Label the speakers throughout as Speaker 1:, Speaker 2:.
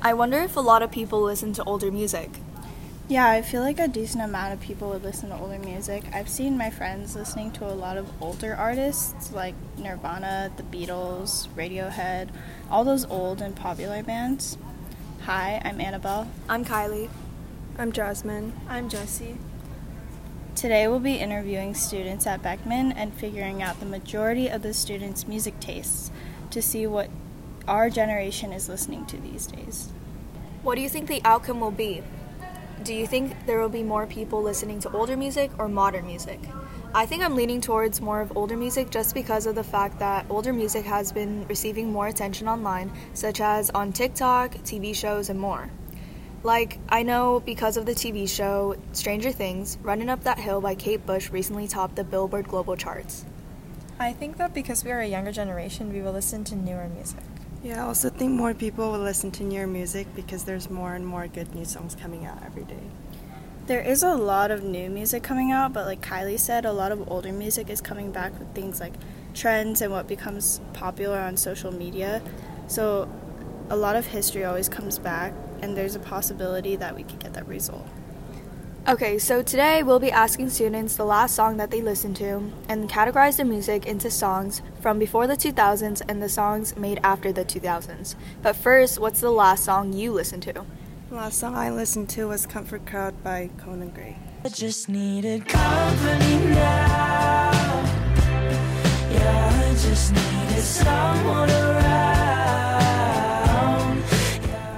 Speaker 1: I wonder if a lot of people listen to older music.
Speaker 2: Yeah, I feel like a decent amount of people would listen to older music. I've seen my friends listening to a lot of older artists like Nirvana, The Beatles, Radiohead, all those old and popular bands. Hi, I'm Annabelle.
Speaker 1: I'm Kylie.
Speaker 3: I'm Jasmine.
Speaker 4: I'm Jesse.
Speaker 2: Today we'll be interviewing students at Beckman and figuring out the majority of the students' music tastes to see what our generation is listening to these days.
Speaker 1: What do you think the outcome will be? Do you think there will be more people listening to older music or modern music? I think I'm leaning towards more of older music just because of the fact that older music has been receiving more attention online, such as on TikTok, TV shows, and more. Like, I know because of the TV show Stranger Things, Running Up That Hill by Kate Bush recently topped the Billboard Global charts.
Speaker 4: I think that because we are a younger generation, we will listen to newer music.
Speaker 3: Yeah, I also think more people will listen to newer music because there's more and more good new songs coming out every day.
Speaker 2: There is a lot of new music coming out, but like Kylie said, a lot of older music is coming back with things like trends and what becomes popular on social media. So a lot of history always comes back, and there's a possibility that we could get that result.
Speaker 1: Okay, so today we'll be asking students the last song that they listened to and categorize the music into songs from before the 2000s and the songs made after the 2000s. But first, what's the last song you listened to?
Speaker 3: The last song I listened to was Comfort Crowd by Conan Gray.
Speaker 5: I just needed company now. Yeah, I just needed someone around.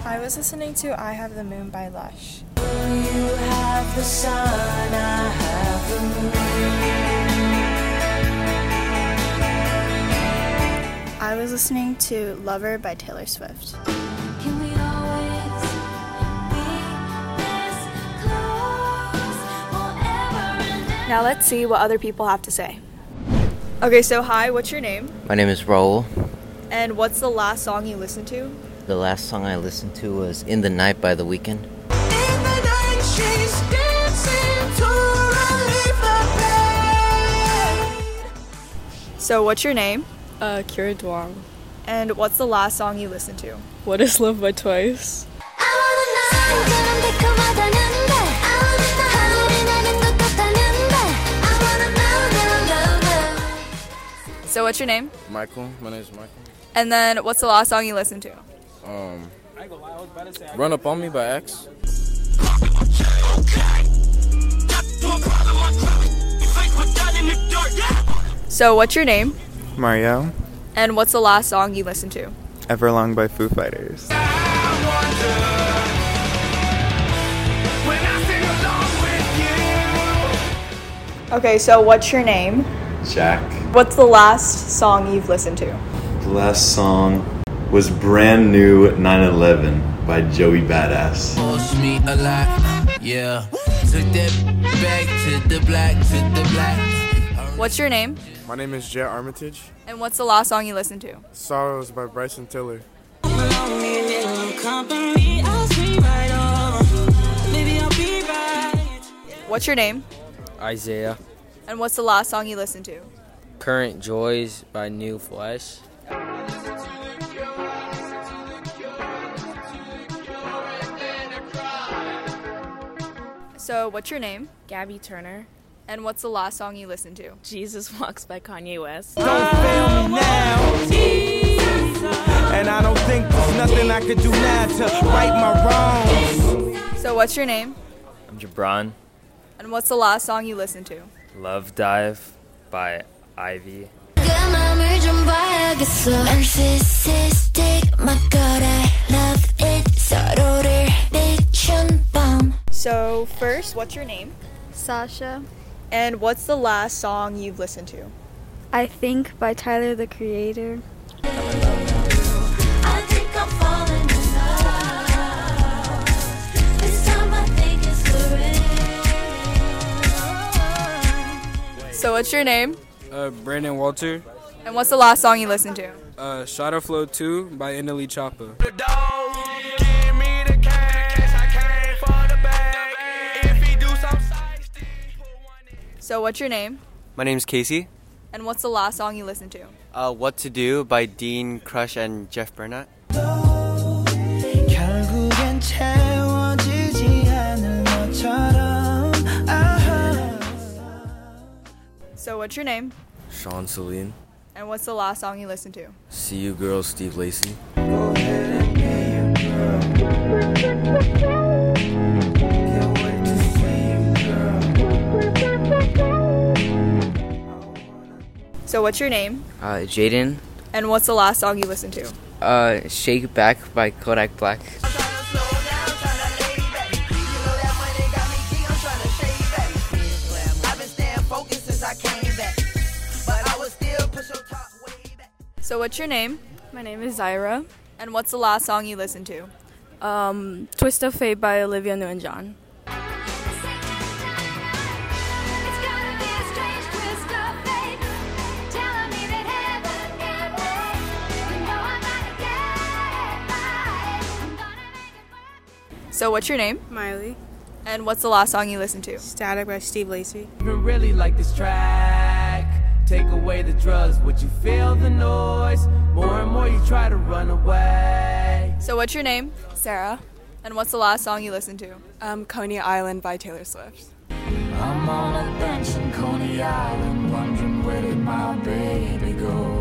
Speaker 4: I was listening to I Have the Moon by Lush.
Speaker 5: You have the sun, I have the
Speaker 2: I was listening to Lover by Taylor Swift.
Speaker 6: Can we always be this close forever and ever?
Speaker 1: Now let's see what other people have to say. Okay, so hi, what's your name?
Speaker 7: My name is Raul.
Speaker 1: And what's the last song you listened to?
Speaker 7: The last song I listened to was In the Night by The Weeknd.
Speaker 5: In the night, she's dancing to relieve the pain.
Speaker 1: So, what's your name?
Speaker 8: Uh, Kira Dwang.
Speaker 1: And what's the last song you listened to?
Speaker 8: What is Love by Twice?
Speaker 6: I wanna know. 사랑처럼 달콤하다는데. I wanna know. 하늘이 나를 또 떴다는데. I wanna know, know, know, know.
Speaker 1: So, what's your name?
Speaker 9: Michael. My name is Michael.
Speaker 1: And then, what's the last song you listened to?
Speaker 9: Um, Run Up On Me by X.
Speaker 1: So, what's your name?
Speaker 10: Mario,
Speaker 1: And what's the last song you listened to?
Speaker 10: Everlong by Foo Fighters.
Speaker 5: When I sing along with you.
Speaker 1: Okay, so what's your name?
Speaker 11: Jack.
Speaker 1: What's the last song you've listened to?
Speaker 11: The last song was brand new 911 by Joey Badass.
Speaker 5: cost me a lot. Yeah. Took that back to the black, to the black.
Speaker 1: What's your name?
Speaker 9: My name is Jet Armitage.
Speaker 1: And what's the last song you listened to?
Speaker 9: Sorrows by Bryson Tiller.
Speaker 5: Lonely and in low company, I'll see right on. Maybe I'll be right.
Speaker 1: What's your name?
Speaker 12: Isaiah.
Speaker 1: And what's the last song you listened to?
Speaker 12: Current Joys by New Flesh.
Speaker 1: So, what's your name?
Speaker 3: Gabby Turner.
Speaker 1: And what's the last song you listened to?
Speaker 3: Jesus Walks by Kanye West.
Speaker 5: Don't fail me now. And I don't think there's nothing I could do now to right my wrongs.
Speaker 1: So, what's your name?
Speaker 12: I'm Jabron.
Speaker 1: And what's the last song you listened to?
Speaker 12: Love Dive by Ivy.
Speaker 6: 그 맘을 좀 봐야겠어. Narcissistic, my God, I love it. 서로를 미친 밤.
Speaker 1: So, first, what's your name?
Speaker 3: Sasha.
Speaker 1: And what's the last song you've listened to?
Speaker 3: I Think by Tyler the Creator.
Speaker 6: I think I'm falling in love. This time I think it's for real.
Speaker 1: So, what's your name?
Speaker 12: Uh, Brandon Walter.
Speaker 1: And what's the last song you listened to?
Speaker 12: Uh, Shadow Flow 2 by Indalee Choppa.
Speaker 5: The dog, give me the cash. I came for the bag. If he do some side stick, put one in.
Speaker 1: So, what's your name?
Speaker 12: My name's Casey.
Speaker 1: And what's the last song you listened to?
Speaker 12: Uh, what to Do by Dean Crush and Jeff Burnett.
Speaker 5: 결국
Speaker 2: what's your name?
Speaker 13: Sean Celine.
Speaker 2: And what's the last song you listened to?
Speaker 13: See you, girl. Steve Lacy.
Speaker 2: So what's your name?
Speaker 7: Uh, Jaden.
Speaker 2: And what's the last song you listened to?
Speaker 7: Uh, Shake Back by Kodak Black.
Speaker 2: So what's your name?
Speaker 14: My name is Zyra.
Speaker 2: And what's the last song you listened to?
Speaker 14: Um, Twist of Fate by Olivia Newton-John.
Speaker 2: So what's your name?
Speaker 15: Miley.
Speaker 2: And what's the last song you listened to?
Speaker 15: Static by Steve Lacy.
Speaker 16: You really like this track. Take away the drugs, would you feel the noise? More and more you try to run away.
Speaker 2: So what's your name?
Speaker 15: Sarah.
Speaker 2: And what's the last song you listened to?
Speaker 15: Um, Coney Island by Taylor Swift.
Speaker 6: I'm on a bench in Coney Island, wondering where did my baby go?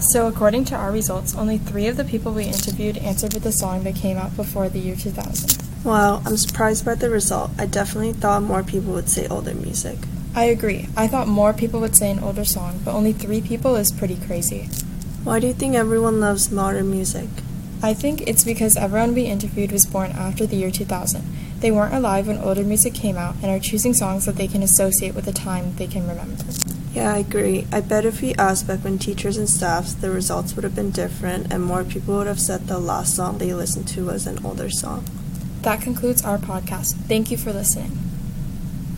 Speaker 17: So, according to our results, only three of the people we interviewed answered with the song that came out before the year 2000.
Speaker 18: Wow, I'm surprised by the result. I definitely thought more people would say older music.
Speaker 17: I agree. I thought more people would say an older song, but only three people is pretty crazy.
Speaker 18: Why do you think everyone loves modern music?
Speaker 17: I think it's because everyone we interviewed was born after the year 2000. They weren't alive when older music came out and are choosing songs that they can associate with a time they can remember.
Speaker 18: Yeah, I agree. I bet if we asked back when teachers and staffs, the results would have been different and more people would have said the last song they listened to was an older song.
Speaker 17: That concludes our podcast. Thank you for listening.